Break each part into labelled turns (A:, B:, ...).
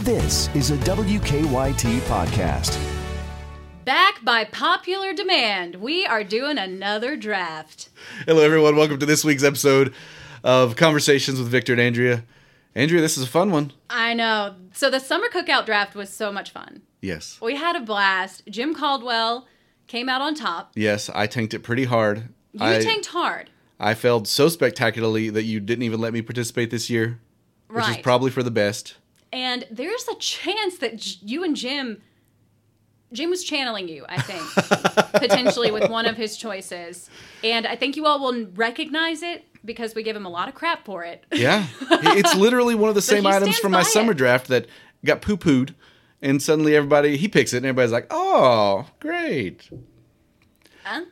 A: This is a WKYT podcast.
B: Back by popular demand, we are doing another draft.
C: Hello, everyone. Welcome to this week's episode of Conversations with Victor and Andrea. Andrea, this is a fun one.
B: I know. So the summer cookout draft was so much fun.
C: Yes.
B: We had a blast. Jim Caldwell came out on top.
C: Yes, I tanked it pretty hard.
B: You
C: I,
B: tanked hard.
C: I failed so spectacularly that you didn't even let me participate this year, which is
B: Right.
C: probably for the best.
B: and there's a chance that J- you and Jim Jim was channeling you, I think, potentially with one of his choices. And I think you all will recognize it because we give him a lot of crap for it.
C: Yeah. it's literally one of the same
B: he
C: items
B: stands
C: from my
B: by
C: summer
B: it.
C: draft that got poo pooed, and suddenly everybody, he picks it, and everybody's like, oh, great.
B: Um,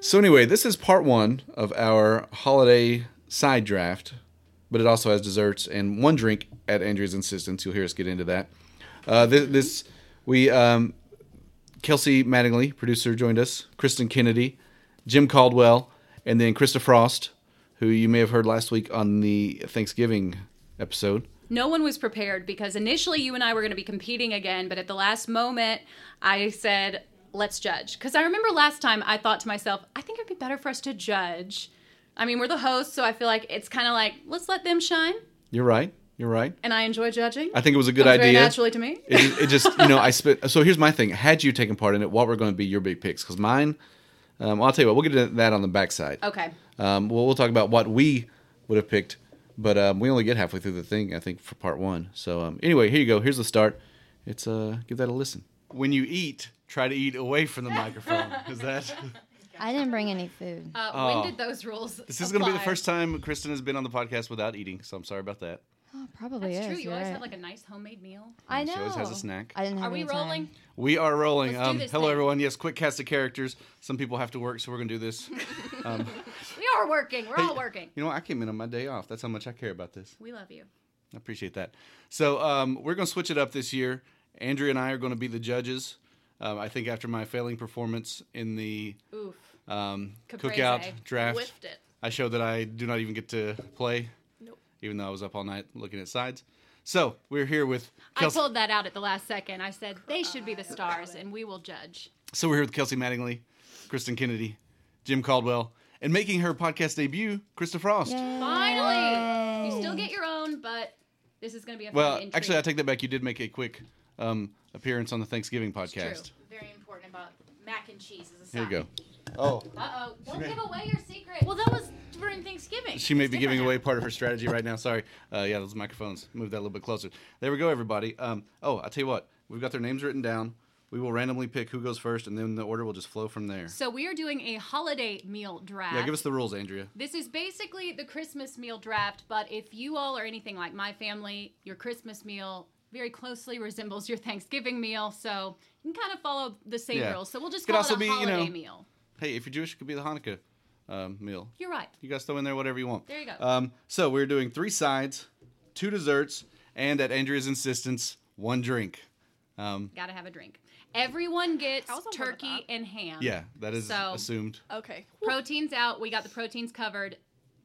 C: So anyway, this is part one of our holiday side draft, but it also has desserts and one drink at Andrea's insistence. You'll hear us get into that. Uh, this, this we um, Kelsey Mattingly, producer, joined us. Kristen Kennedy, Jim Caldwell, and then Krista Frost, who you may have heard last week on the Thanksgiving episode.
B: no one was prepared because initially you and I were going to be competing again, but at the last moment, I said, let's judge. Because I remember last time I thought to myself, I think it would be better for us to judge. I mean, we're the hosts, so I feel like it's kind of like, let's let them shine.
C: You're right. You're right.
B: And I enjoy judging.
C: I think it was a good
B: Comes
C: idea.
B: Very naturally to me.
C: It, it just, you know, I spit. So here's my thing. Had you taken part in it, what were going to be your big picks? Because mine, um, I'll tell you what, we'll get into that on the backside.
B: okay.
C: Um, well, we'll talk about what we would have picked, but um, we only get halfway through the thing, I think, for part one. So um, anyway, here you go. Here's the start. It's uh, give that a listen. When you eat, try to eat away from the microphone. Is that?
D: I didn't bring any food.
B: Uh,
C: Oh.
B: When did those rules?
C: This is going to be the first time Kristen has been on the podcast without eating, so I'm sorry about that.
D: Oh, probably
B: That's
D: is.
B: true. You
D: you're
B: always
D: right.
B: have like a nice homemade meal.
D: I know.
C: She always has a snack.
D: I didn't have
B: Are we
D: any time.
B: rolling?
C: We are rolling.
B: Let's do
C: Um,
B: this
C: hello,
B: thing.
C: everyone. Yes, quick cast of characters. Some people have to work, so we're going to do this.
B: We are working. We're all working.
C: You know, I came in on my day off. That's how much I care about this.
B: We love you.
C: I appreciate that. So um, we're going to switch it up this year. Andrea and I are going to be the judges. Um, I think after my failing performance in the
B: Oof.
C: um,
B: Caprese.
C: cookout draft,
B: Whiffed it.
C: I showed that I do not even get to play, even though I was up all night looking at sides. So we're here with
B: I
C: Kelsey.
B: pulled that out at the last second. I said they should be the stars, and we will judge.
C: so we're here with Kelsey Mattingly, Kristen Kennedy, Jim Caldwell, and making her podcast debut, Krista Frost.
B: Finally, you still get your own, but this is going to be a fun
C: Well,
B: intrigue.
C: actually, I take that back. You did make a quick um, appearance on the Thanksgiving podcast.
E: very important about mac and cheese as a
C: Here
E: side.
C: you go.
B: Uh oh! Don't give away your secret.
E: Well, that was during Thanksgiving.
C: She may
E: It's
C: be giving
E: different
C: away part of her strategy right now. Sorry. Uh, yeah, those microphones. Move that a little bit closer. There we go, everybody. Um, oh, I'll tell you what. We've got their names written down. We will randomly pick who goes first, and then the order will just flow from there.
B: so we are doing a holiday meal draft.
C: Yeah, give us the rules, Andrea.
B: This is basically the Christmas meal draft, but if you all are anything like my family, your Christmas meal very closely resembles your Thanksgiving meal, so you can kind of follow the same
C: Yeah.
B: rules. So we'll just
C: Could
B: call
C: also
B: it a
C: be, you
B: holiday
C: know-
B: meal.
C: Hey, if you're Jewish, it could be the Hanukkah um, meal.
B: You're right.
C: You guys throw in there whatever you want.
B: There you go.
C: Um, so we're doing three sides, two desserts, and at Andrea's insistence, one drink. Um,
B: Got to have a drink. Everyone gets
E: was on board with
B: turkey and ham.
C: yeah, that is
B: So-
C: assumed.
E: Okay.
B: Proteins out. We got the proteins covered.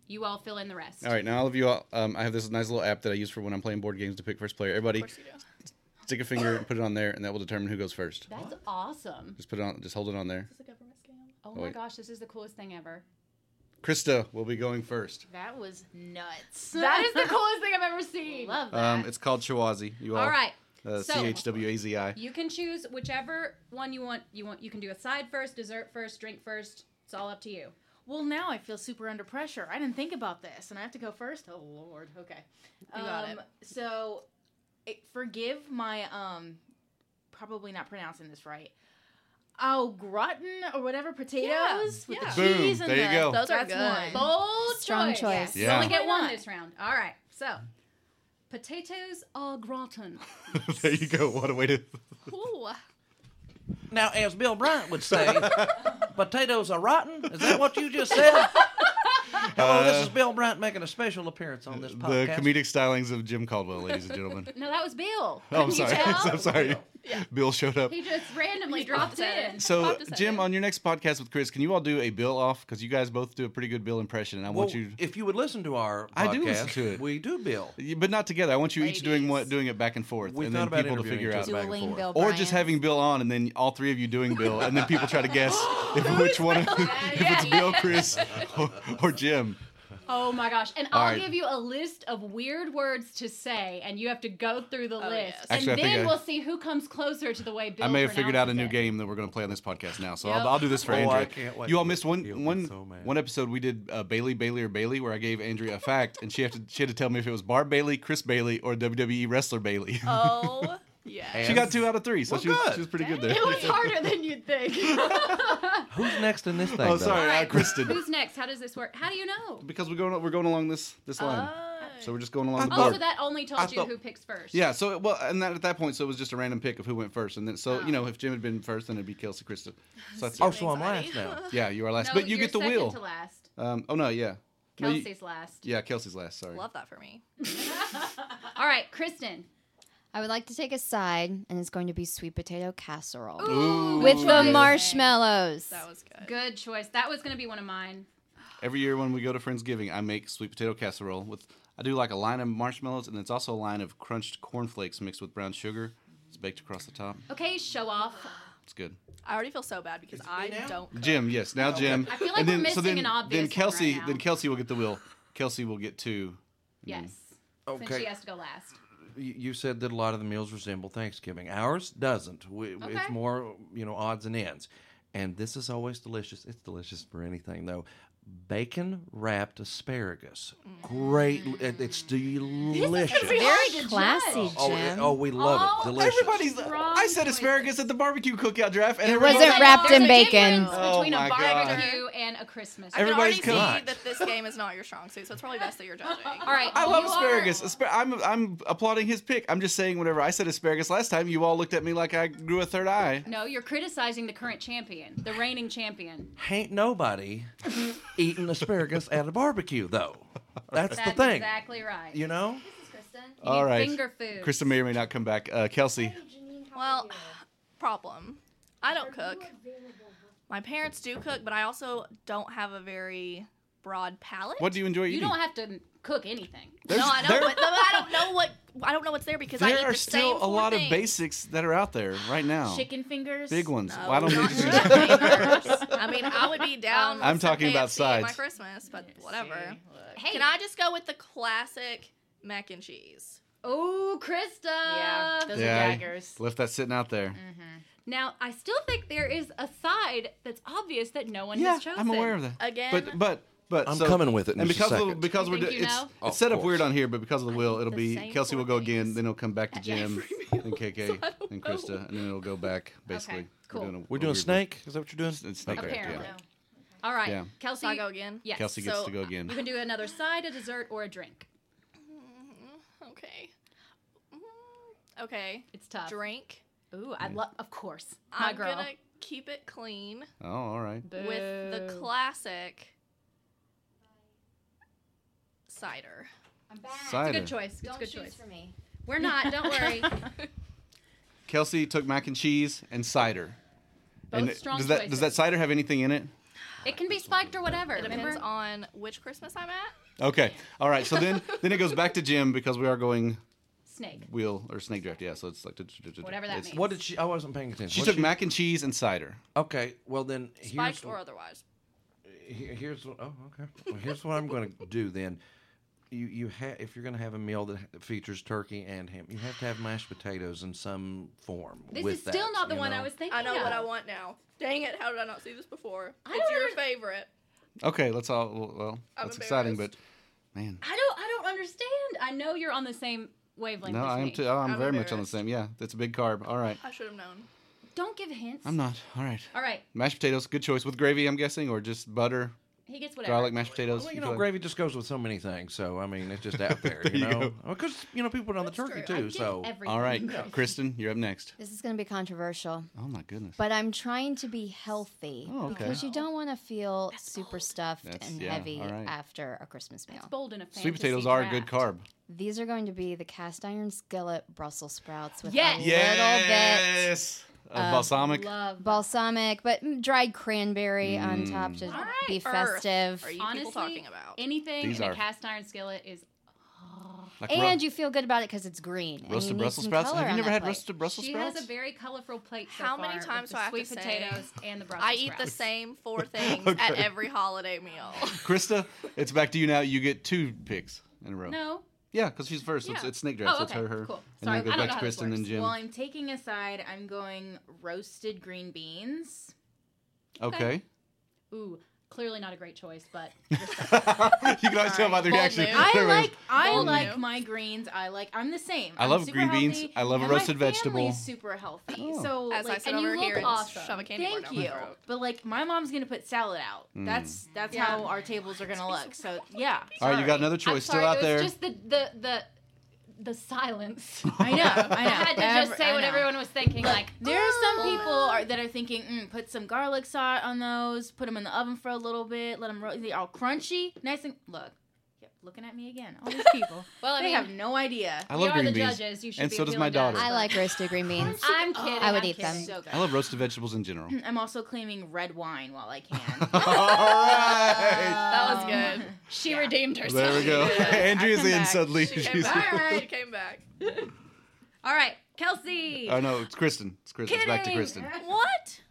B: You all fill in the rest.
C: All right, now all of you, all, um, I have this nice little app that I use for when I'm playing board games to pick first player. Everybody, stick a finger and put it on there, and that will determine who goes first.
B: That's awesome.
C: Just put it on, just hold it on there.
B: Oh my
C: wait.
B: gosh, this is the coolest thing ever.
C: Krista will be going first.
E: That was nuts.
B: That is the coolest thing I've ever seen.
E: Love that.
C: Um, it's called Chiwazi. You all,
B: All right.
C: Uh,
B: so-
C: C H W A Z I.
B: You can choose whichever one you want. You want you can do a side first, dessert first, drink first. It's all up to you.
E: well, now I feel super under pressure. I didn't think about this, and I have to go first. Oh Lord. Okay.
B: You got
E: um, So, it, forgive my um, probably not pronouncing this right. Oh, gratin or whatever potatoes with
B: yeah.
E: the
C: Boom,
E: cheese and
C: there you
E: the,
C: go.
E: those
D: That's
E: are
D: one.
E: good.
B: Bold
D: Strong
B: choice.
D: choice.
B: You
C: Yeah.
B: only get
E: Why
B: one
E: not?
B: this round. All right. So, potatoes au gratin.
C: there you go. What a way to.
B: Ooh.
F: Now, as Bill Bryant would say, potatoes are rotten. Is that what you just said? Hello, this is Bill Bryant making a special appearance on this
C: Uh, The
F: podcast.
C: comedic stylings of Jim Caldwell, ladies and gentlemen.
B: No, that was Bill.
C: Oh, I'm
B: Couldn't you
C: sorry.
B: tell?
C: I'm sorry. Bill showed up.
B: He just randomly dropped in.
C: So,
B: Popped us
C: Jim, uh,
B: in.
C: on your next podcast with Chris, can you all do a Bill off? Because you guys both do a pretty good Bill impression, and I
F: Well,
C: want you,
F: if you would listen to our podcast,
C: I do listen to it.
F: we do Bill.
C: you- but not together. I want you each doing
E: Ladies.
C: what, doing it back and forth,
F: We
C: and
F: thought
C: then
F: about
C: people to
F: interviewing
C: figure
F: each
C: out.
F: other. back and
D: Dueling
F: forth.
D: Bill
C: Or
D: Bryant.
C: just having Bill on, and then all three of you doing Bill, and then people try to guess if which one, if it's Bill, Chris, or, or Jim.
B: Oh my gosh. And I'll
C: right.
B: give you a list of weird words to say, and you have to go through the list.
E: yes.
C: Actually, I
B: and
C: think
B: then
C: I-
B: we'll see who comes closer to the way Bill
C: I may have figured out a new
B: pronounces it.
C: game that we're going to play on this podcast now, so
B: Yep.
C: I'll, I'll do this for
F: Oh, I
C: Andrea.
F: can't wait.
C: You all missed
F: He'll
C: one
F: be
C: one
F: so mad.
C: one episode we did uh, Bailey Bailey or Bailey, where I gave Andrea a fact, and she had to she had to tell me if it was Barb Bailey, Chris Bailey, or WWE wrestler Bailey.
E: Oh, yeah.
C: she got two out of three, so
F: Well,
C: she, was,
F: good.
C: she was pretty good there.
B: It was harder than you'd think.
F: Who's next in this thing?
C: oh,
F: though?
C: sorry, uh, Kristen.
B: Who's next? How does this work? How do you know?
C: Because we're going we're going along this this line,
G: Oh.
C: so we're just going along the
B: Oh,
C: board.
B: so that only told you
F: thought-
B: who picks first.
C: yeah, so well, and that, at that point, so it was just a random pick of who went first, and then so
B: Oh.
C: you know if Jim had been first, then it'd be Kelsey Kristen. So that's
F: Oh, so I'm last now.
C: yeah, you are last,
B: No,
C: but you
B: you're
C: get the
B: second
C: wheel.
B: to last.
C: Um, oh no, yeah, No, you-
B: Kelsey's last.
C: yeah, Kelsey's last. Sorry.
G: Love that for me.
B: All right, Kristen.
D: I would like to take a side, and it's going to be sweet potato casserole
C: Ooh.
D: with the marshmallows.
G: That was good.
B: Good choice. That was going to be one of mine.
C: Every year when we go to Friendsgiving, I make sweet potato casserole with. I do like a line of marshmallows, and it's also a line of crunched cornflakes mixed with brown sugar. It's baked across the top.
B: Okay, show off.
C: It's good.
G: I already feel so bad because I
F: now?
G: don't. cook.
C: Jim, yes, now Jim.
B: Oh, I feel like
C: and then,
B: we're
C: so
B: missing
C: then,
B: an obvious
C: Then
B: one
C: Kelsey,
B: right now.
C: then Kelsey will get the wheel. Kelsey will get two.
B: Yes. Since she
F: Okay.
B: has to go last.
F: You you said that a lot of the meals resemble Thanksgiving. Ours doesn't. We, we- It's
B: Okay.
F: more, you know, odds and ends. And this is always delicious. It's delicious for anything, though. Bacon wrapped asparagus. Great. It, it's delicious.
D: Very classy,
F: Oh, it-
D: Jim.
F: oh, we love
B: Oh,
F: it. Delicious.
C: Everybody's.
B: Wrong
C: I said
B: choices.
C: asparagus at the barbecue cookout draft, and it
D: wasn't wrapped
B: There's
D: in
B: a
D: bacon.
B: difference Between
C: Oh
B: a
C: my God.
B: barbecue and a Christmas.
G: I can
C: Everybody's
G: already
C: cooked.
G: see that this game is not your strong suit, so it's probably best that you're judging.
B: All right.
C: I love
B: you
C: asparagus.
B: are-
C: Aspar- I'm I'm applauding his pick. I'm just saying whenever I said asparagus last time, you all looked at me like I grew a third eye.
B: No, you're criticizing the current champion, the reigning champion.
F: Ain't nobody eating asparagus at a barbecue, though. That's,
B: That's
F: the thing.
B: exactly right.
F: You know?
B: You
C: All
B: need
C: right.
B: Finger food.
C: Krista may or may not come back. Uh, Kelsey,
G: Well, problem. I don't cook. My parents do cook, but I also don't have a very broad palate.
C: what do you enjoy eating?
B: you don't have to cook anything.
C: There's-
G: No, I
C: there-
G: don't. But, no, I don't know what I don't know what's there because I
C: There
G: eat
C: are
G: the same
C: still a
G: four
C: lot of
G: things.
C: basics that are out there right now.
E: Chicken fingers.
C: Big ones.
G: No,
C: Why don't we
G: Oh, not
C: just-
G: chicken fingers. I mean, I would be
B: Um,
G: down. with
C: I'm
G: some
C: talking about
G: KFC at My
C: sides.
G: Christmas, but whatever.
B: Hey.
G: Can I just go with the classic mac and cheese?
B: Oh, Krista.
E: Yeah, those
C: Yeah,
E: are
C: I-
E: daggers.
C: Left that sitting out there.
B: Now, I still think there is a side that's obvious that no one
C: Yeah,
B: has chosen.
C: I'm aware of that.
G: Again?
C: but but but
F: I'm
C: so-
F: coming with it in
C: and
F: just a
C: because of the-
F: second.
C: because
B: You
C: we're
B: think
C: do-
B: you
C: it's,
B: know?
F: Of
C: it's set up weird
F: course.
C: on here, but because of the wheel, it'll
G: the
C: be
G: same
C: Kelsey will go
G: four
C: again,
G: things
C: then it'll come back to
G: at every
C: Jim and KK and Krista, and then it'll go back. Basically,
B: Okay, cool.
C: a-
F: We're doing
C: weird-
F: snake? Is that what you're doing?
C: It's snake
F: Okay.
C: draft, yeah.
B: Apparently. All right.
C: Yeah.
B: Kelsey.
G: So I go again.
B: Yes.
C: Kelsey gets
G: So,
C: to go again.
B: You can do another side, a dessert, or a drink.
G: Okay. Mm, Okay.
B: It's tough.
G: Drink.
B: Ooh, I love. Of course, Uh, my
G: I'm
B: girl.
G: gonna keep it clean
C: Oh, all right.
G: with the
B: Boo.
G: classic cider.
B: It's a
C: Cider.
B: good choice. It's a good choice.
D: me.
B: We're not. Don't worry.
C: Kelsey took mac and cheese and cider.
B: Both
C: and
B: strong
C: does that does that
B: choices.
C: cider have anything in it?
B: it can be spiked or whatever.
G: Depends
B: Remember?
G: on which Christmas I'm at.
C: Okay. All right. So then then it goes back to Jim because we are going
B: Snake.
C: wheel or snake draft. Yeah. So it's like
B: Whatever that
C: it's-
B: means.
F: What did she? oh, I wasn't paying attention.
C: She
F: What
C: took mac and cheese and cider.
F: Okay, well then here's
G: Spiked or
F: what,
G: otherwise.
F: he- here's what, oh okay. Well, here's what I'm going to do then. You you ha- if you're going to have a meal that ha- features turkey and ham, you have to have mashed potatoes in some form.
B: This
F: with
B: is still
F: that,
B: not the
F: you
B: one I
F: know?
B: was thinking.
G: I know
B: of.
G: what I want now. Dang it! How did I not see this before?
B: I
G: it's
B: don't
G: your
B: under-
G: favorite.
C: Okay. Let's all. Well,
G: I'm
C: that's exciting, but
G: embarrassed.
C: man,
B: I don't. I don't understand. I know you're on the same wavelength.
C: no,
B: as
C: I am
B: me.
C: too. Oh, I'm,
G: I'm
C: very much on the
G: embarrassed.
C: same. Yeah. That's a big carb. All right.
G: I should have known.
B: Don't give hints.
C: I'm not. All right.
B: All right.
C: Mashed potatoes, good choice with gravy, I'm guessing, or just butter.
B: He gets whatever.
C: garlic mashed potatoes.
F: Well, you
C: you
F: know,
C: feel like-
F: gravy just goes with so many things. So I mean, it's just out there, you
C: you
F: know.
C: go.
F: Because you know, people put it on the turkey
E: True, I
F: too.
E: did
F: So
E: everything.
C: All right, Kristen, you're up next.
D: This is going to be controversial,
C: Oh my goodness.
D: but I'm trying to be healthy
C: Oh, okay.
D: because you don't want to feel super stuffed
C: That's-
D: and
C: yeah,
D: heavy
C: all right.
D: after a Christmas meal.
B: Bold in a fantasy
C: Sweet potatoes are a
B: draft.
C: good carb.
D: These are going to be the cast iron skillet Brussels sprouts with
B: Yes.
D: a little bit Um,
C: Yes. Of balsamic.
B: Love.
D: balsamic, but mm, dried cranberry on top to
G: All right,
D: be
G: Earth,
D: festive.
G: Are you
B: Honestly,
G: people talking about?
B: anything
C: These
B: in
C: are-
B: a cast iron skillet is
C: like ro-
D: and you feel good about it because it's green. and you
C: roasted
D: need
C: Brussels
D: some
C: sprouts.
D: color
C: Have you
D: on
C: never
D: that
C: had
D: plate.
C: roasted Brussels
B: she
C: sprouts?
B: has a very colorful plate. So
G: How many
B: far
G: times
B: with
G: do
B: the
G: I have to
B: sweet
G: say-
B: potatoes and the Brussels
G: I eat the
B: sprouts.
G: same four things at every holiday meal.
C: Krista, it's back to you now. You get two picks in a row.
B: No,
C: Yeah, because she's first. It's,
B: Yeah.
C: it's snake draft.
B: Oh,
C: so it's
B: okay,
C: her, her.
B: cool.
C: And then
B: Sorry,
C: it goes
B: I don't
C: back
B: know
C: to
B: how this
C: Kristen and
B: works.
C: Jim.
E: Well, I'm taking a side. I'm going roasted green beans.
C: okay.
B: ooh, clearly not a great choice, but
C: you can always tell by the
G: Bold
C: reaction.
G: move.
E: I
C: There it
E: like
C: is.
E: I
G: Bold
E: like
G: move.
E: my greens. I like I'm the same.
C: I
E: I'm
C: love
E: super
C: green beans.
E: healthy,
C: I love a
E: and my
C: roasted
E: family's
C: vegetable. Oh.
E: Super healthy. So
G: As
E: like,
G: I sit
E: and you
G: over
E: look
G: here and
E: awesome.
G: shove a candy bar
E: Thank
G: down my
E: you.
G: throat.
E: But like my mom's gonna put salad out.
C: Hmm.
E: That's that's how our table's are gonna look. So yeah.
C: All right, you got
E: Sorry.
C: another
B: I'm
C: choice
B: sorry,
C: still
B: it
C: out
B: was
C: there.
B: just the the the the silence.
E: I know. I know.
B: I had to
E: Every-
B: just say
E: I
B: what
E: know.
B: everyone was thinking. Like
E: There are some
B: "Oh."
E: people are, that are thinking, mm, put some garlic salt on those, put them in the oven for a little bit, let them roast. They all crunchy, nice and look. Yep, looking at me again. All these people.
B: Well, I
E: they
B: mean,
E: have no idea.
C: I love
B: we are
C: green
B: the
C: beans.
B: judges. You should
C: and
B: be
C: so does my
B: appealing to us.
C: daughter.
D: I like roasted green beans.
B: I'm kidding.
D: I would
B: I'm
D: eat them.
B: kidding.
E: So good.
C: I love roasted vegetables in general.
E: I'm also claiming red wine while I can.
C: All right.
G: that was
E: Um,
G: good.
B: She redeemed herself.
C: There we go. Andrea's
G: I
C: in
G: come back.
C: suddenly.
G: She came
C: She's-
G: back. She came back.
B: All right, Kelsey.
C: Oh no, it's Kristen. It's Kristen. It's back to
B: Kidding.
C: Kristen.
G: What?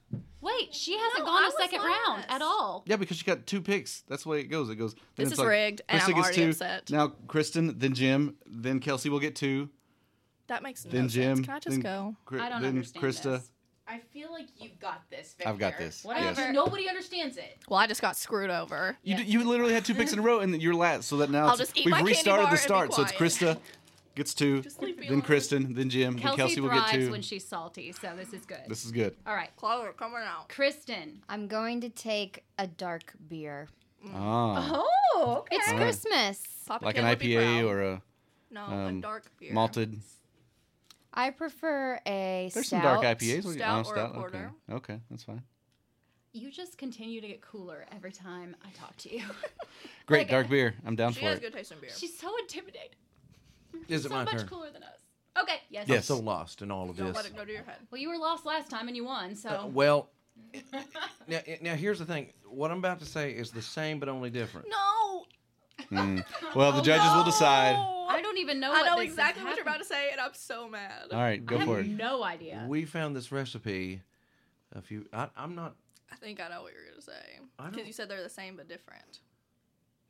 B: Wait, she hasn't
G: No,
B: gone
G: I
B: a
G: was
B: second round
G: last.
B: at all.
C: Yeah, because she got two picks. That's the way it goes. It goes. then
G: This
C: it's
G: is rigged, and
C: Krista
G: I'm
C: gets
G: already
C: two.
G: upset.
C: Now Kristen, then Jim, then Kelsey will get two,
G: That makes no
C: then Jim.
G: sense. Can I just
C: then
G: go?
C: Cri-
B: I don't
C: then
B: understand
C: Krista.
B: this.
E: I feel like you've got this. Victor.
C: I've got this,
E: Whatever.
C: yes.
E: Nobody understands it.
G: Well, I just got screwed over.
C: You, d- you literally had two picks in a row, and you're last. So that now
G: I'll
C: it's-
G: just eat
C: we've
G: my candy
C: restarted
G: bar
C: the
G: and be
C: start. So it's
G: quiet.
C: Krista gets two,
G: leave me
C: then
G: alone.
C: Kristen, then Jim,
B: Kelsey,
C: then Kelsey will get
B: thrives
C: two.
B: when she's salty, so this is good.
C: this is good.
B: all right,
G: Clover, come on out.
B: Kristen.
D: I'm going to take a dark beer.
G: Mm.
C: Ah,
E: Oh, okay.
D: It's
C: All right.
D: Christmas.
G: Papa
C: like
G: Ken
C: an
G: would be proud.
C: IPA or a
G: no,
C: um,
G: a dark beer.
C: malted.
D: I prefer a
C: There's some
D: stout.
C: dark IPAs. What do you-
G: Stout
C: oh,
G: or a porter.
C: Okay. okay, that's fine.
B: You just continue to get cooler every time I talk to you.
C: Great dark beer. I'm down
G: She
C: for
G: has
C: it.
G: good taste in beer.
B: She's so intimidated.
F: is it
B: so
F: my
B: much
F: turn?
B: cooler than us. Okay, yes.
C: Yes.
F: So lost in all of
G: Don't
F: this.
G: let it go to your head.
B: Well, you were lost last time and you won, so
F: Uh, well, now, eh, now here's the thing. What I'm about to say is the same but only different.
G: No.
C: Mm. Well,
G: Oh,
C: the judges will decide.
B: I don't even know.
G: I
B: what
G: know
B: this is
G: exactly what you're
B: happening.
G: about to say, and I'm so mad.
C: All right, go
B: I
C: for
B: have
C: it.
B: no idea.
F: We found this recipe. A few. I, I'm not.
G: I think I know what you're gonna say
F: I don't-
G: because you said they're the same but different.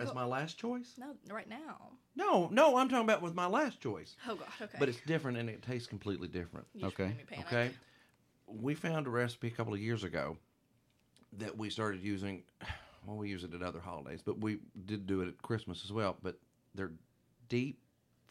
F: As my last choice?
G: No, right now.
F: No, no. I'm talking about with my last choice.
G: Oh God. Okay.
F: But it's different and it tastes completely different.
G: You just
C: Okay.
G: made me panic.
F: Okay. We found a recipe a couple of years ago that we started using. Well, we use it at other holidays, but we did do it at Christmas as well. But they're deep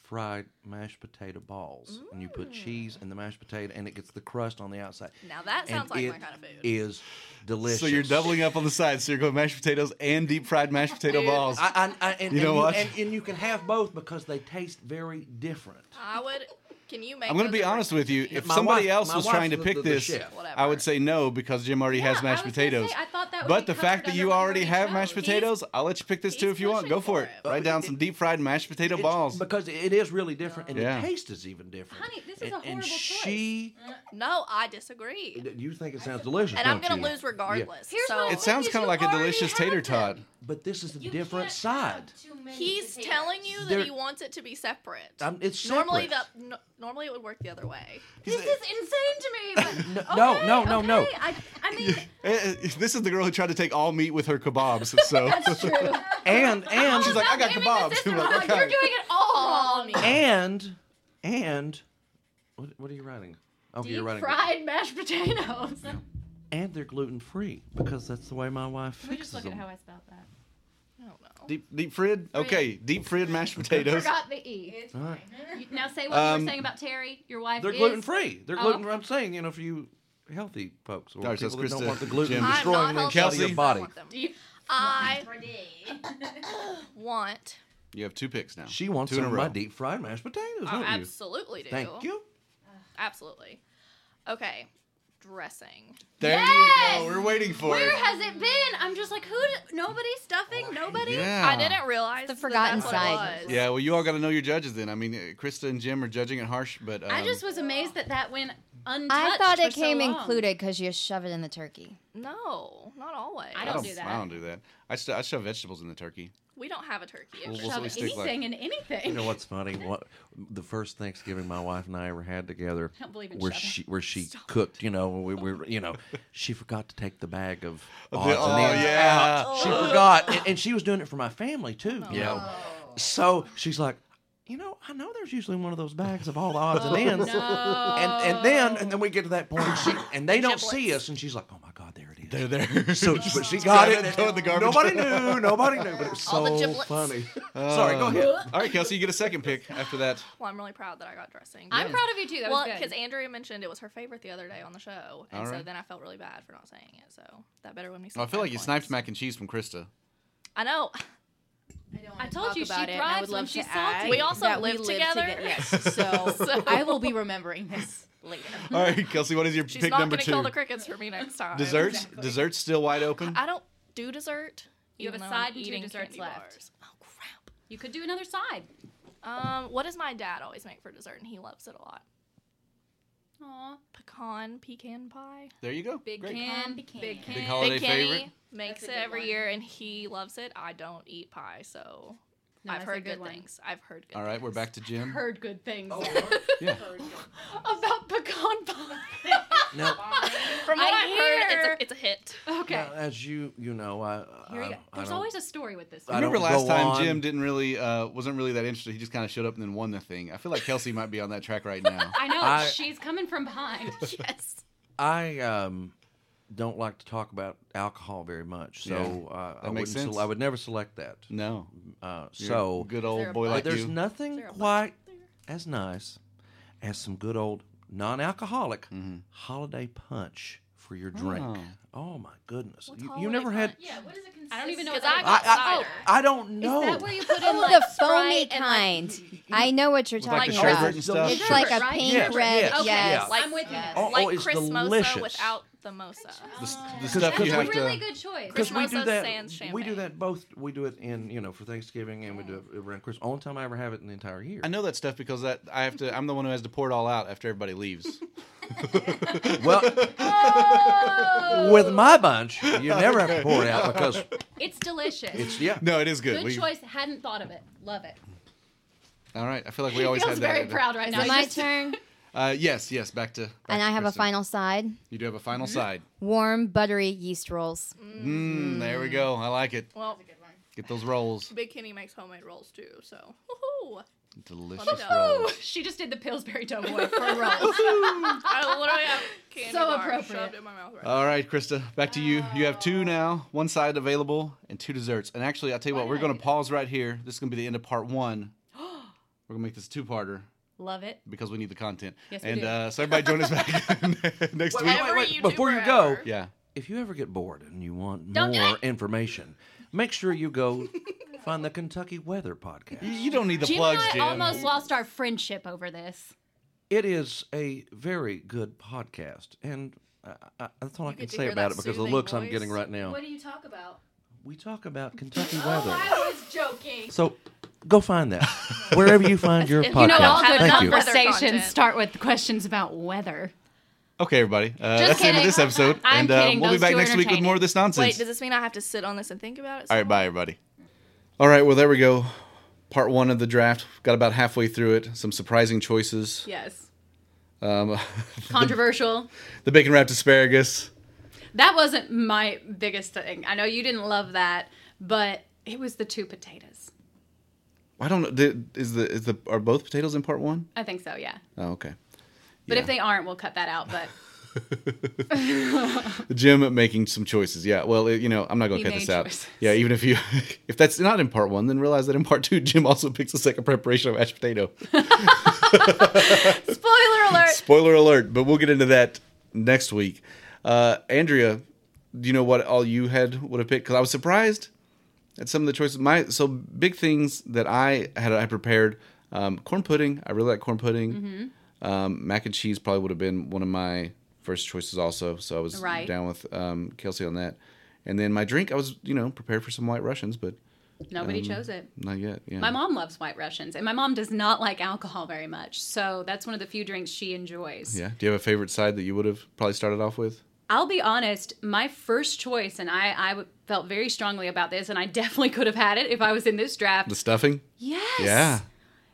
F: fried mashed potato balls. And you put cheese in the mashed potato and it gets the crust on the outside.
G: Now that
F: And
G: Mm. sounds like my
F: it
G: kind of food.
F: Is delicious.
C: So you're doubling up on the sides. So you're going mashed potatoes and deep fried mashed potato balls.
F: I, I, I, and,
C: You know
F: and
C: what?
F: and, and you can have both because they taste very different.
G: I would. Can you make?
C: I'm going to
G: those
C: be
G: different-
C: honest with you. If
F: My
C: somebody
F: wife-
C: else
F: my
C: was trying to
F: wife's the-
C: pick
F: the- the
C: this,
F: chef.
C: I would say no because Jim already has
B: Yeah,
C: mashed
B: I was gonna
C: potatoes.
B: say, I thought that would
C: but
B: be
C: the fact
B: covered
C: that you
B: under
C: already
B: what
C: have
B: we
C: mashed
B: chose.
C: potatoes, I'll let you pick this too if you want.
G: pushing
C: Go for
G: for
C: it.
G: it.
C: Write down some deep fried mashed potato balls.
F: Because it is really different, and
C: Yeah.
F: the taste is even different.
B: Honey, this is a
F: and,
B: horrible
F: and
B: choice.
F: she,
G: No, I disagree.
F: you think it sounds delicious,
G: and I'm
F: don't
G: gonna
F: you?
G: lose regardless.
B: Here's
G: so
B: my
C: it sounds kind
B: you
C: of like a
B: already
C: delicious
B: had
C: tater
B: them.
C: tot.
F: But this is a
E: You
F: different
E: can't
F: side.
E: have too many
G: he's
E: potatoes.
G: telling you that
F: They're-
G: he wants it to be separate.
F: Um, it's
G: normally
F: separate.
G: the no, normally it would work the other way.
B: This is insane to me. But,
F: No,
B: okay,
F: no, no, no.
B: okay, I, I mean,
C: Eh, eh, This is the girl who tried to take all meat with her kebabs. So
F: And and
C: she's like, I got
B: giving the
C: kebabs.
B: system
C: We're like,
B: wrong.
C: okay.
B: You're doing it all wrong.
F: and and what, what are you writing? Okay, you're writing.
B: Fried mashed potatoes.
F: And they're gluten free because that's the way my wife
B: Let me just
F: fixes
B: look at
F: them.
B: how I spelled that.
G: I don't know.
C: Deep, deep fried? Okay, deep fried mashed potatoes.
B: Oh, Forgot the e.
F: All right.
B: You- Now say what you
C: Um,
B: were saying about Terry, your wife.
F: They're
B: is-
F: gluten free. They're
B: Oh,
F: gluten.
B: okay.
F: I'm saying, you know, for you healthy folks or
C: All right, so
F: people
C: it's
F: that don't
C: Krista,
F: want the gluten
C: Jim.
G: I'm
F: destroying
G: not healthy.
F: the inside of
C: Kelsey.
F: your body.
G: I don't want them.
B: You-
G: I want.
C: You have two picks now.
F: She wants
C: two in
F: some
C: a
F: of my
C: row.
F: deep fried mashed
B: Oh,
F: potatoes,
G: I
F: don't you?
G: absolutely do.
F: Thank you.
G: Absolutely. Okay. Dressing.
C: There
B: Yes!
C: you go. We're waiting for
B: Where
C: it.
B: has it been? I'm just like, who? Did, nobody stuffing?
C: Oh,
B: Nobody?
C: yeah.
G: I didn't realize
D: the
G: that
D: forgotten
G: that's what it
D: side.
G: was.
C: Yeah, well, you all got to know your judges then. I mean, uh, Krista and Jim are judging it harsh, but um,
B: I just was amazed that that went untouched.
D: I thought
B: for
D: it
B: so
D: came
B: long.
D: included because you shove it in the turkey.
G: No, not always.
B: I
C: I
B: don't
C: don't,
B: do that.
C: I don't do that. I, st- I shove vegetables in the turkey.
G: We don't have a turkey.
C: Well,
G: actually.
C: we'll-
B: Shove
C: we stick like-
B: anything in anything.
F: You know what's funny? What the first Thanksgiving my wife and I ever had together,
B: don't believe in
F: where
B: shoving.
F: she where she cooked, you know, we were, you know, she forgot to take the bag of odds and
C: oh,
F: ends
C: yeah.
F: out. She
B: Oh.
F: forgot, and, and she was doing it for my family too, you know. So she's like, you know, I know there's usually one of those bags of all the odds
B: Oh,
F: and ends, and and then and then we get to that point, and, she, and they don't see us, and she's like, oh my god, there it is.
C: They're there.
F: So but she
C: Grab
F: got
C: it,
F: it.
C: throw it in the garbage.
F: Nobody knew. Nobody knew. But it was
G: All the
F: so
G: giblets.
F: funny. Sorry, go ahead.
C: all right, Kelsey, you get a second pick after that.
G: Well, I'm really proud that I got dressing.
B: I'm proud of you too. That
G: well,
B: was
G: because
B: good.
G: Andrea mentioned it was her favorite the other day on the show, and
C: All
G: so
C: right.
G: then I felt really bad for not saying it. So that better win me.
C: Oh, I
G: some
C: feel like you
G: points.
C: sniped mac and cheese from Krista.
G: I know.
B: I told you she
E: about it, and I
B: thrives
E: would
B: when
E: love
B: she's
E: to add
B: salty.
G: We also
E: that
G: live together.
E: Yes, so, I will be remembering this later.
C: All right, Kelsey, what is your
G: She's
C: pick
G: not
C: number
G: gonna
C: two?
G: kill the crickets for me next time.
C: Desserts? Desserts still wide open?
G: I don't do dessert.
B: You have
G: even
B: a
G: though I'm
B: side and two
G: eating
B: desserts
G: candy
B: left.
G: bars. Oh crap.
B: You could do another side.
G: Um, what does my dad always make for dessert, and he loves it a lot?
B: Aw,
G: Pecan pecan pie.
C: there you go.
B: big
C: Great.
B: can,
E: Pecan.
B: big can.
C: Big holiday
G: Big Kenny
C: favorite.
G: makes it
E: That's a good
G: every
E: one.
G: year, and he loves it. I don't eat pie, so
B: No,
G: I've
B: that's a
G: heard
B: good
G: good,
B: one.
G: things. I've heard good.
C: All right, we're
G: things.
C: back to Jim.
B: Heard good things
C: Yeah.
B: about pecan pie.
F: Now,
G: From what
B: I
G: I've heard,
B: hear-
G: it's a, it's a hit.
B: Okay.
F: now, as you you know, I,
B: Here you
F: I,
B: go.
F: I
B: There's
F: don't-
B: always a story with this.
F: I
B: one.
F: don't
C: remember last
F: go
C: time
F: on.
C: Jim didn't really uh, wasn't really that interested. He just kind of showed up and then won the thing. I feel like Kelsey might be on that track right now.
B: I know
F: I-
B: she's coming from behind.
G: yes.
F: I um don't like to talk about alcohol very much, so
C: Yeah,
F: uh, I
C: that makes
F: wouldn't. sele-
C: sense.
F: I would never select that.
C: No,
F: Uh,
C: You're
F: so
C: a good
G: there
C: old
G: a
C: boy
G: button?
F: but
C: like
F: there's
C: you.
F: nothing
G: there a button
F: quite as nice as some good old non-alcoholic
C: Mm-hmm.
F: holiday punch for your drink. Oh, my goodness! You, you never had.
E: Yeah, what is it consists
B: I don't even know.
G: Because
B: what
G: I
B: that
G: got
B: is.
G: cider.
F: I don't know.
B: Is that where you put in
D: Oh,
B: like
D: the foamy
B: Sprite and, like,
D: kind. I know what you're
C: like
D: talking
C: the
D: about.
C: sherbet and stuff.
D: It's like a
B: Sherbet, right?
D: pink
F: Yes,
D: red.
F: yes,
D: Yes.
B: Okay,
F: yes.
B: like, I'm with you.
F: Oh,
G: like
F: oh, it's
G: Chris
F: delicious.
G: Mosa without the Mosa.
C: the, s- the stuff you
F: we-
C: have
B: really
C: to.
B: good choice.
F: Because we do
G: Mimosa
F: that,
G: sans
F: we do
G: champagne.
F: that both. We do it in you know for Thanksgiving, and we do it around Christmas. Only time I ever have it in the entire year.
C: I know that stuff because that I have to. I'm the one who has to pour it all out after everybody leaves.
F: Well, with my bunch, you never have to pour it out because
B: It's delicious.
F: it's yeah.
C: no, it is good.
B: Good
C: We-
B: choice. Hadn't thought of it. Love it.
C: All right, I feel like we
B: He
C: always
B: feels
C: had that.
B: very proud right
D: Is
B: now.
D: it
B: He
D: my
B: just-
D: turn?
C: Uh, yes, yes. Back to. Back
D: And
C: to
D: I have a
C: Kristen.
D: final side.
C: You do have a final
B: Mm-hmm.
C: side.
D: Warm, buttery yeast rolls.
C: Mm, there we go. I like it.
G: Well,
C: Get those rolls.
G: Big Kenny makes homemade rolls too, so woohoo!
C: Delicious
G: Woo-hoo.
C: rolls.
B: She just did the Pillsbury Doughboy for rolls.
G: I literally have candy
B: So
G: bars
B: appropriate.
G: shoved in my mouth
F: Uh,
G: right
C: All right, Krista, back to you. You have two now, one side available, and two desserts. And actually, I'll tell you what, we're going to pause right here. This is going to be the end of part one. We're going to make this a two parter
B: Love it.
C: because we need the content.
B: Yes, we
C: and
B: do.
C: Uh, so, everybody join us back next week.
F: Wait, wait, wait,
G: Every
F: Before
G: YouTuber
F: you go,
G: ever.
C: Yeah.
F: if you ever get bored and you want
G: Don't do
F: more
G: it.
F: information, make sure you go find the Kentucky Weather Podcast.
C: You- You don't need the
B: Jim
C: plugs,
B: and I
C: Jim.
B: almost lost our friendship over this.
F: It is a very good podcast, and I, I, that's all I can
G: get to
F: say
G: hear
F: about
G: that
F: it because of the
G: soothing
F: looks I'm
G: voice.
F: getting right now.
E: do you talk about?
F: We talk about Kentucky weather,
E: I was joking.
F: so go find that wherever you find your podcast.
B: You know, all good
F: Thank you.
G: numbers. Weather
B: conversations
G: content.
B: start with questions about weather.
C: Okay, everybody. Uh,
B: Just
C: that's the end of
B: kidding.
C: this episode.
B: I'm
C: and uh,
B: kidding.
C: we'll
B: Those
C: be back
B: two are
C: next week with more of this nonsense.
G: Wait, does this mean I have to sit on this and think about it?
C: All right, bye, everybody. All right, well, there we go. Part one of the draft. Got about halfway through it. Some surprising choices.
B: Yes.
C: Um,
B: Controversial.
C: the bacon wrapped asparagus.
B: That wasn't my biggest thing. I know you didn't love that, but it was the two potatoes.
C: I don't know. did- Is the is the are both potatoes in part one?
B: I think so, yeah.
C: Oh, okay.
B: But
C: Yeah.
B: if they aren't, we'll cut that out. But
C: Jim making some choices. Yeah. Well, it, you know, I'm not going
B: He
C: to cut this
B: made
C: out.
B: choices.
C: Yeah. Even if you if that's not in part one, then realize that in part two, Jim also picks a second preparation of mashed potato.
B: spoiler alert.
C: Spoiler alert! But we'll get into that next week. Uh, Andrea, do you know what all you had would have picked? Because I was surprised at some of the choices. My so big things that I had I prepared um, corn pudding. I really like corn pudding.
B: Mm-hmm.
C: Um, mac and cheese probably would have been one of my first choices also. So I was
B: Right.
C: down with um, Kelsey on that. And then my drink, I was you know prepared for some White Russians, but
B: Nobody
C: Um,
B: chose it.
C: not yet. Yeah,
B: My mom loves White Russians, and my mom does not like alcohol very much. So that's one of the few drinks she enjoys.
C: Yeah. Do you have a favorite side that you would have probably started off with?
B: I'll be honest, my first choice, and I, I w- felt very strongly about this, and I definitely could have had it if I was in this draft.
C: The stuffing.
B: yes.
C: Yeah.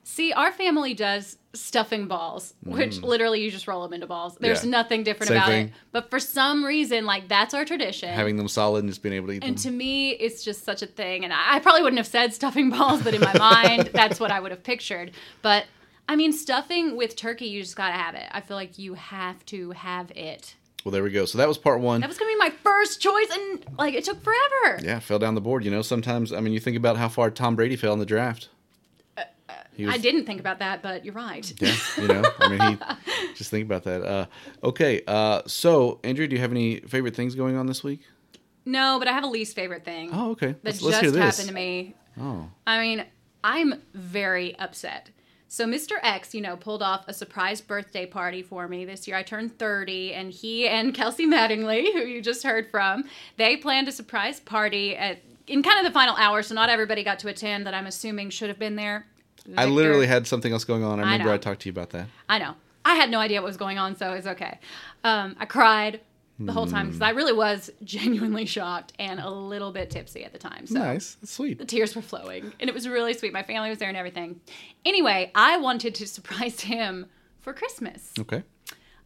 B: See, our family does stuffing balls, which literally you just roll them into balls. There's
C: Mm. Yeah.
B: nothing different
C: Same
B: about it.
C: thing.
B: But for some reason, like that's our tradition.
C: Having them solid and just being able to eat
B: and
C: them.
B: to me, it's just such a thing. And I I probably wouldn't have said stuffing balls, but in my mind, that's what I would have pictured. But I mean, stuffing with turkey, you just gotta have it. I feel like you have to have it.
C: well, there we go. So that was part one.
B: That was gonna be my first choice, and like it took forever.
C: Yeah, fell down the board. You know, sometimes I mean, you think about how far Tom Brady fell in the draft. He was-
B: Uh, I didn't think about that, but you're right.
C: Yeah, you know, I mean, he, just think about that. Uh, okay, uh, so Andrew, do you have any favorite things going on this week?
B: No, but I have a least favorite thing.
C: Oh, okay.
B: that
C: Let's,
B: just
C: let's hear this.
B: happened to me.
C: Oh,
B: I mean, I'm very upset. So Mr. X, you know, pulled off a surprise birthday party for me this year. I turned 30, and he and Kelsey Mattingly, who you just heard from, they planned a surprise party at in kind of the final hour, so not everybody got to attend that I'm assuming should have been there.
C: I literally
B: Victor-
C: had something else going on. I remember
B: know.
C: I, talked to you about that.
B: I know. I had no idea what was going on, so it's okay. Um, I cried the whole
C: Hmm.
B: time because I really was genuinely shocked and a little bit tipsy at the time. So
C: Nice, that's sweet.
B: the tears were flowing and it was really sweet my family was there and everything anyway i wanted to surprise him for christmas
C: Okay,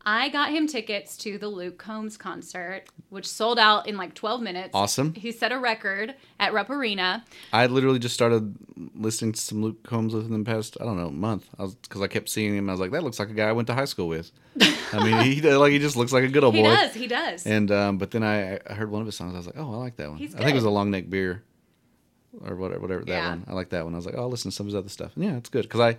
B: i got him tickets to the luke combs concert which sold out in like 12 minutes
C: Awesome.
B: he set a record at rep arena
C: I literally just started listening to some Luke Combs within the past I don't know month. I was because I kept seeing him. I was like, that looks like a guy I went to high school with. I mean, he like he just looks like a good old
B: he
C: Oh, boy.
B: does he does
C: And um, but then I, I heard one of his songs. I was like, oh, I like that one.
B: He's
C: I think it was
B: good.
C: a long neck beer, or whatever, whatever that
B: Yeah.
C: one. I like that one. I was like, oh, I'll listen to some of his other stuff. And yeah, it's good because I,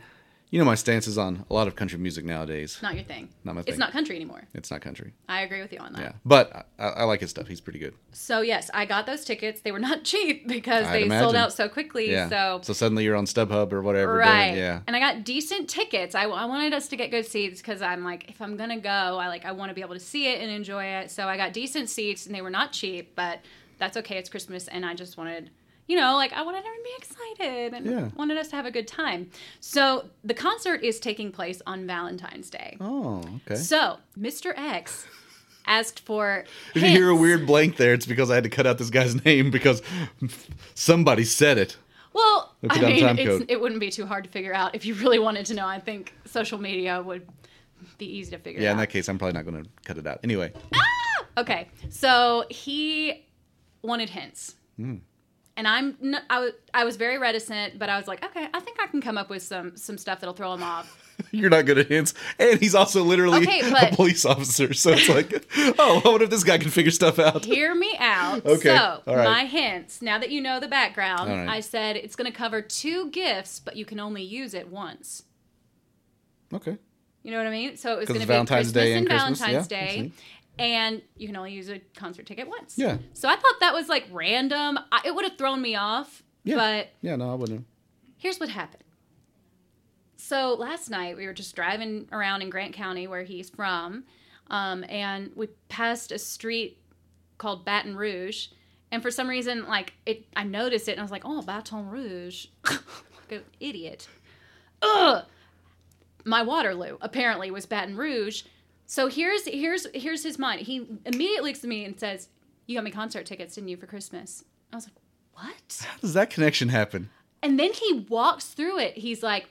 C: you know, my stance is on a lot of country music nowadays.
B: not your thing
C: Not my
B: it's
C: thing.
B: not country anymore
C: It's not country.
B: i agree with you on that
C: Yeah, but I, I like his stuff. He's pretty good.
B: so yes i got those tickets they were not cheap because
C: I'd
B: they sold
C: imagine.
B: out so quickly
C: Yeah.
B: so
C: suddenly you're on StubHub or whatever. doing-
B: right
C: Yeah.
B: and i got decent tickets i, I wanted us to get good seats because i'm like if i'm gonna go i like i want to be able to see it and enjoy it so i got decent seats and they were not cheap but that's okay it's christmas and i just wanted you know like i wanted everyone to be excited and
C: Yeah.
B: wanted us to have a good time so the concert is taking place on valentine's day
C: Oh, okay.
B: so mr x asked for
C: if you hear a
B: hints.
C: weird blank there, it's because I had to cut out this guy's name because somebody said it.
B: Well,
C: They
B: I
C: put down
B: mean,
C: time
B: it's,
C: code.
B: it wouldn't be too hard to figure out if you really wanted to know. I think social media would be easy to figure
C: Yeah, in
B: out.
C: that case, I'm probably not going to cut it out. Anyway,
B: okay, so he wanted hints,
C: Hmm.
B: and I'm n- I was I was very reticent, but I was like, okay, I think I can come up with some some stuff that'll throw him off.
C: You're not good at hints. And he's also literally
B: Okay, but-
C: a police officer. So it's like, oh, what if this guy can figure stuff out?
B: Hear me out.
C: Okay,
B: So
C: all right.
B: my hints. Now that you know the background,
C: All right.
B: I said it's going to cover two gifts, but you can only use it once.
C: Okay.
B: You know what I mean? So it was
C: 'Cause
B: going to be Christmas
C: it's Valentine's Day
B: and,
C: and Christmas,
B: Valentine's
C: yeah,
B: Day, and you can only use a concert ticket once.
C: Yeah.
B: So I thought that was like random. I, it would have thrown me off.
C: Yeah.
B: But
C: Yeah, no, I wouldn't.
B: here's what happened. So last night we were just driving around in Grant County, where he's from, um, and we passed a street called Baton Rouge, and for some reason, like it, I noticed it, and I was like, "Oh, Baton Rouge, like an idiot." Ugh. My Waterloo apparently was Baton Rouge. So here's here's here's his mind. He immediately looks at me and says, "You got me concert tickets, didn't you, for Christmas?" I was like, "What?"
C: How does that connection happen?
B: And then he walks through it. He's like,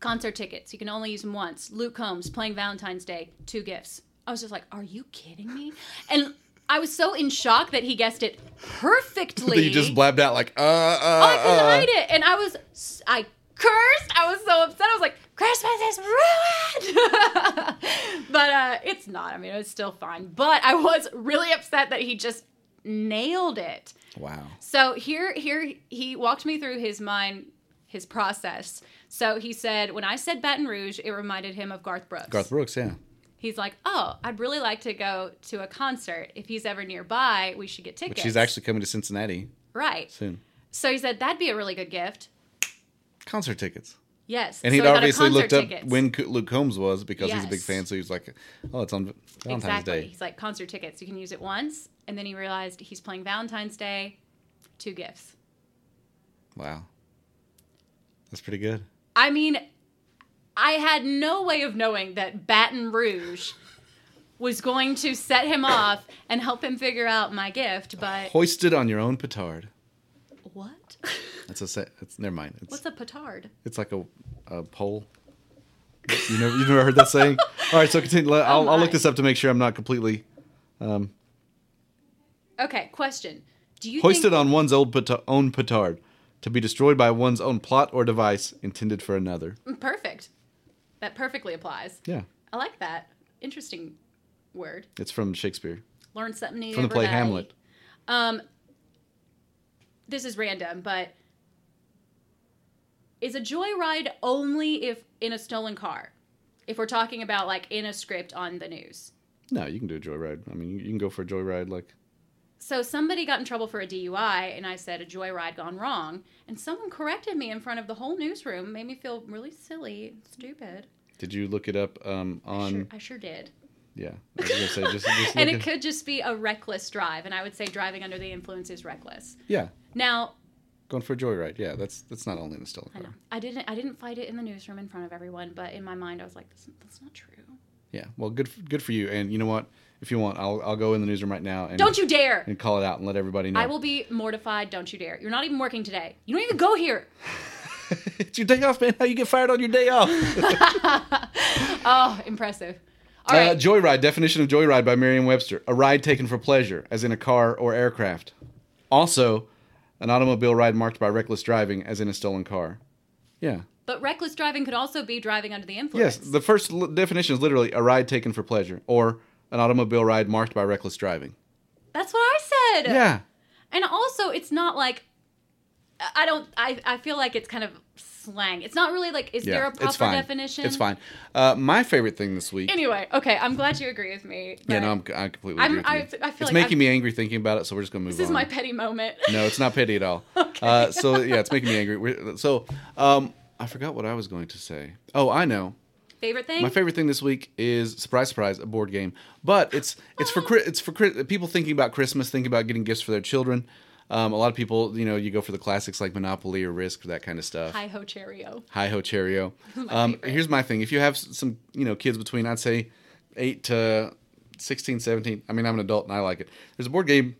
B: concert tickets. You can only use them once. Luke Combs playing Valentine's Day. Two gifts. I was just like, are you kidding me? And I was so in shock that he guessed it
C: That
B: perfectly.
C: you just blabbed out like, uh, uh,
B: Oh, I couldn't
C: uh.
B: hide it. And I was, I cursed. I was so upset. I was like, Christmas is ruined. but uh, it's not. I mean, it's still fine. But I was really upset that he just nailed it.
C: Wow.
B: So here, here he walked me through his mind, his process. So he said, when I said Baton Rouge, it reminded him of Garth Brooks.
C: Garth Brooks, yeah.
B: He's like, oh, I'd really like to go to a concert. If he's ever nearby, we should get
C: But
B: tickets.
C: she's actually coming to Cincinnati
B: right.
C: soon.
B: So he said that'd be a really good gift.
C: Concert tickets.
B: Yes.
C: And
B: So
C: he'd
B: we got a
C: obviously
B: concert
C: looked up
B: tickets.
C: when Co- Luke Combs was because he's a big
B: Yes.
C: fan. So he was like, "Oh, it's on Valentine's
B: exactly.
C: Day."
B: He's like concert tickets. You can use it once, and then he realized he's playing Valentine's Day. Two gifts.
C: Wow, that's pretty good.
B: I mean, I had no way of knowing that Baton Rouge was going to set him off and help him figure out my gift, but
C: Hoisted on your own petard.
B: what?
C: That's a set. It's, never mind. It's
B: What's a petard?
C: it's like a, a pole. You never you never heard that saying? All right, so continue. Let- I'll, I'll look
B: my.
C: this up to make sure I'm not completely
B: Okay, question. Do you
C: hoisted
B: think,
C: on one's old peta- own petard to be destroyed by one's own plot or device intended for another.
B: perfect? That perfectly applies.
C: Yeah,
B: I like that. Interesting word.
C: it's from Shakespeare
B: Learn something new
C: from the
B: every
C: play
B: day.
C: Hamlet.
B: Um, this is random, but is a joyride only if in a stolen car? If we're talking about like in a script on the news.
C: No, you can do a joyride. I mean, you you can go for a joyride like
B: So somebody got in trouble for a DUI, and I said a joyride gone wrong, and someone corrected me in front of the whole newsroom, made me feel really silly, and stupid.
C: Did you look it up um, on?
B: Sure, I sure did.
C: Yeah, I was gonna say just, just
B: And
C: look
B: it
C: it-
B: could just be a reckless drive, and I would say driving under the influence is reckless.
C: yeah,
B: Now,
C: going for a joyride. Yeah, that's that's not only in the stolen
B: I know.
C: car.
B: I didn't. I didn't fight it in the newsroom in front of everyone, but in my mind, I was like, "That's, that's not true."
C: Yeah, well, good f- good for you. And you know what? If you want, I'll I'll go in the newsroom right now and
B: Don't you dare!
C: and call it out and let everybody know.
B: I will be mortified. Don't you dare! You're not even working today. You don't even go here.
C: It's your day off, man. How you get fired on your day off?
B: Oh, impressive. All right.
C: Uh, joyride. Definition of joyride by Merriam-Webster: a ride taken for pleasure, as in a car or aircraft. Also, an automobile ride marked by reckless driving, as in a stolen car. Yeah.
B: but reckless driving could also be driving under the
C: Yes,
B: influence.
C: the first l- definition is literally a ride taken for pleasure or an automobile ride marked by reckless driving.
B: That's what I said.
C: Yeah.
B: And also, it's not like I don't. I I feel like it's kind of slang. It's not really like. Is
C: Yeah.
B: there a proper
C: it's fine.
B: definition?
C: It's fine. Uh, my favorite thing this week.
B: Anyway, okay. I'm glad you agree with me. but
C: yeah, no, I'm, I completely
B: I'm-
C: agree with you.
B: I- I feel
C: it's
B: like
C: making
B: I've-
C: me angry thinking about it, so we're just going to move
B: This is
C: on.
B: my petty moment.
C: No, it's not pity at all. Uh, so yeah, it's making me angry. We're, so um, I forgot what I was going to say. Oh, I know.
B: Favorite thing?
C: My favorite thing this week is surprise, surprise, a board game. But it's it's for Chri- it's for Chri- people thinking about Christmas, thinking about getting gifts for their children. Um, a lot of people, you know, you go for the classics like Monopoly or Risk, that kind of stuff.
B: Hi ho, Cheerio.
C: Hi ho, Cheerio. um, here's my thing: if you have s- some, you know, kids between, I'd say eight to 16, 17. I mean, I'm an adult and I like it. There's a board game,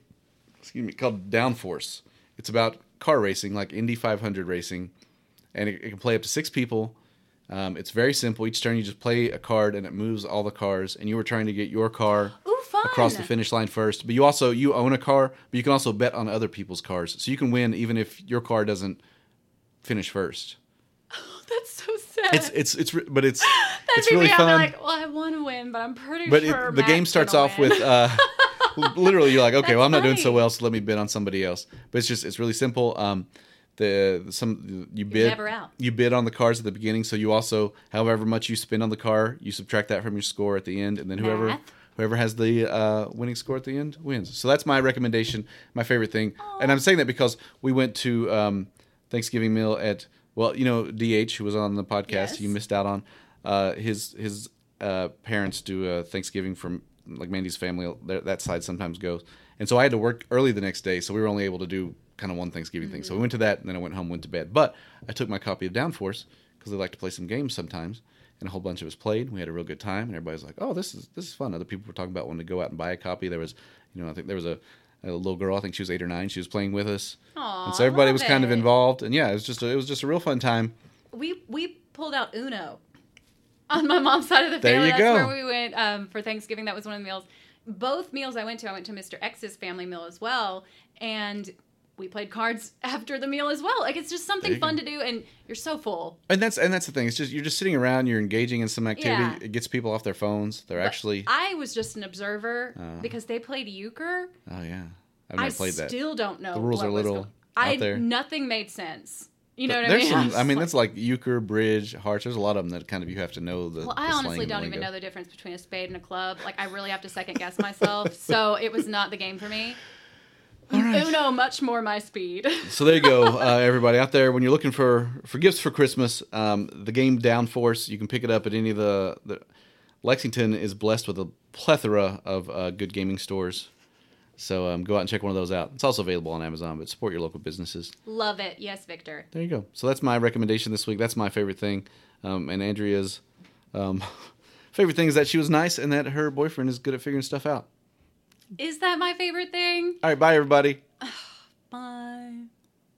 C: excuse me, called Downforce. It's about car racing, like Indy 500 racing, and it, it can play up to six people. Um, it's very simple. Each turn, you just play a card, and it moves all the cars. And you were trying to get your car
B: Ooh, fun.
C: across the finish line first. But you also you own a car, but you can also bet on other people's cars, so you can win even if your car doesn't finish first.
B: That's so sad.
C: It's it's it's re- but it's
B: That'd
C: it's
B: be
C: really
B: me. I'd be
C: fun.
B: Like, well, I want to win, but I'm pretty
C: but
B: sure.
C: it, the game
B: Matt's
C: starts
B: gonna
C: off
B: win.
C: with uh, literally you're like, okay,
B: That's
C: well I'm not doing so
B: funny.
C: well, so let me bid on somebody else. But it's just it's really simple. Um, the some you bid
B: never out.
C: you bid on the cars at the beginning, so you also however much you spend on the car, you subtract that from your score at the end, and then whoever.
B: Math.
C: Whoever has the uh, winning score at the end wins. So that's my recommendation, my favorite thing. And I'm saying that because we went to um, Thanksgiving meal at well, you know, DH who was on the podcast.
B: Yes.
C: You missed out on uh, his his uh, parents do a Thanksgiving from like Mandy's family. Their, that side sometimes goes, and so I had to work early the next day, so we were only able to do kind of one Thanksgiving thing. So we went to that, and then I went home, went to bed. But I took my copy of Downforce because they like to play some games sometimes and a whole bunch of us played. We had a real good time, and everybody's like, "Oh, this is this is fun." Other people were talking about wanting to go out and buy a copy. There was, you know, I think there was a, a little girl. I think she was eight or nine. She was playing with us,
B: Aw,
C: and so everybody
B: love
C: was kind of
B: it.
C: involved. And yeah, it was just a, it was just a real fun time.
B: we we pulled out Uno on my mom's side of the
C: There
B: family.
C: you
B: That's
C: go.
B: where we went um, for Thanksgiving. That was one of the meals. Both meals I went to, I went to Mr. X's family meal as well, and we played cards after the meal as well. Like it's just something fun to do, and you're so full.
C: And that's and that's the thing. It's just you're just sitting around. You're engaging in some activity.
B: Yeah.
C: It gets people off their phones. They're
B: But
C: actually
B: I was just an observer because they played euchre.
C: oh yeah, I've Uh-huh. never
B: I
C: played that.
B: still don't know.
C: The rules
B: what
C: are a
B: was
C: little
B: go-
C: out
B: I
C: there.
B: nothing made sense. You know what I
C: there's
B: mean?
C: Some, I mean, that's like euchre, bridge, hearts. There's a lot of them that kind of you have to know the.
B: Well, I
C: the
B: honestly
C: slang
B: don't
C: lingo.
B: even know the difference between a spade and a club. Like, I really have to second guess myself. so it was not the game for me. Uno, much more my speed.
C: So there you go, uh, everybody out there. When you're looking for for gifts for Christmas, um, the game Downforce, you can pick it up at any of the. the Lexington is blessed with a plethora of uh, good gaming stores, so um, go out and check one of those out. It's also available on Amazon, but support your local businesses.
B: Love it. Yes, Victor.
C: There you go. So that's my recommendation this week. That's my favorite thing, um, and Andrea's um, favorite thing is that she was nice and that her boyfriend is good at figuring stuff out.
B: Is that my favorite thing?
C: All right, bye everybody.
B: Bye.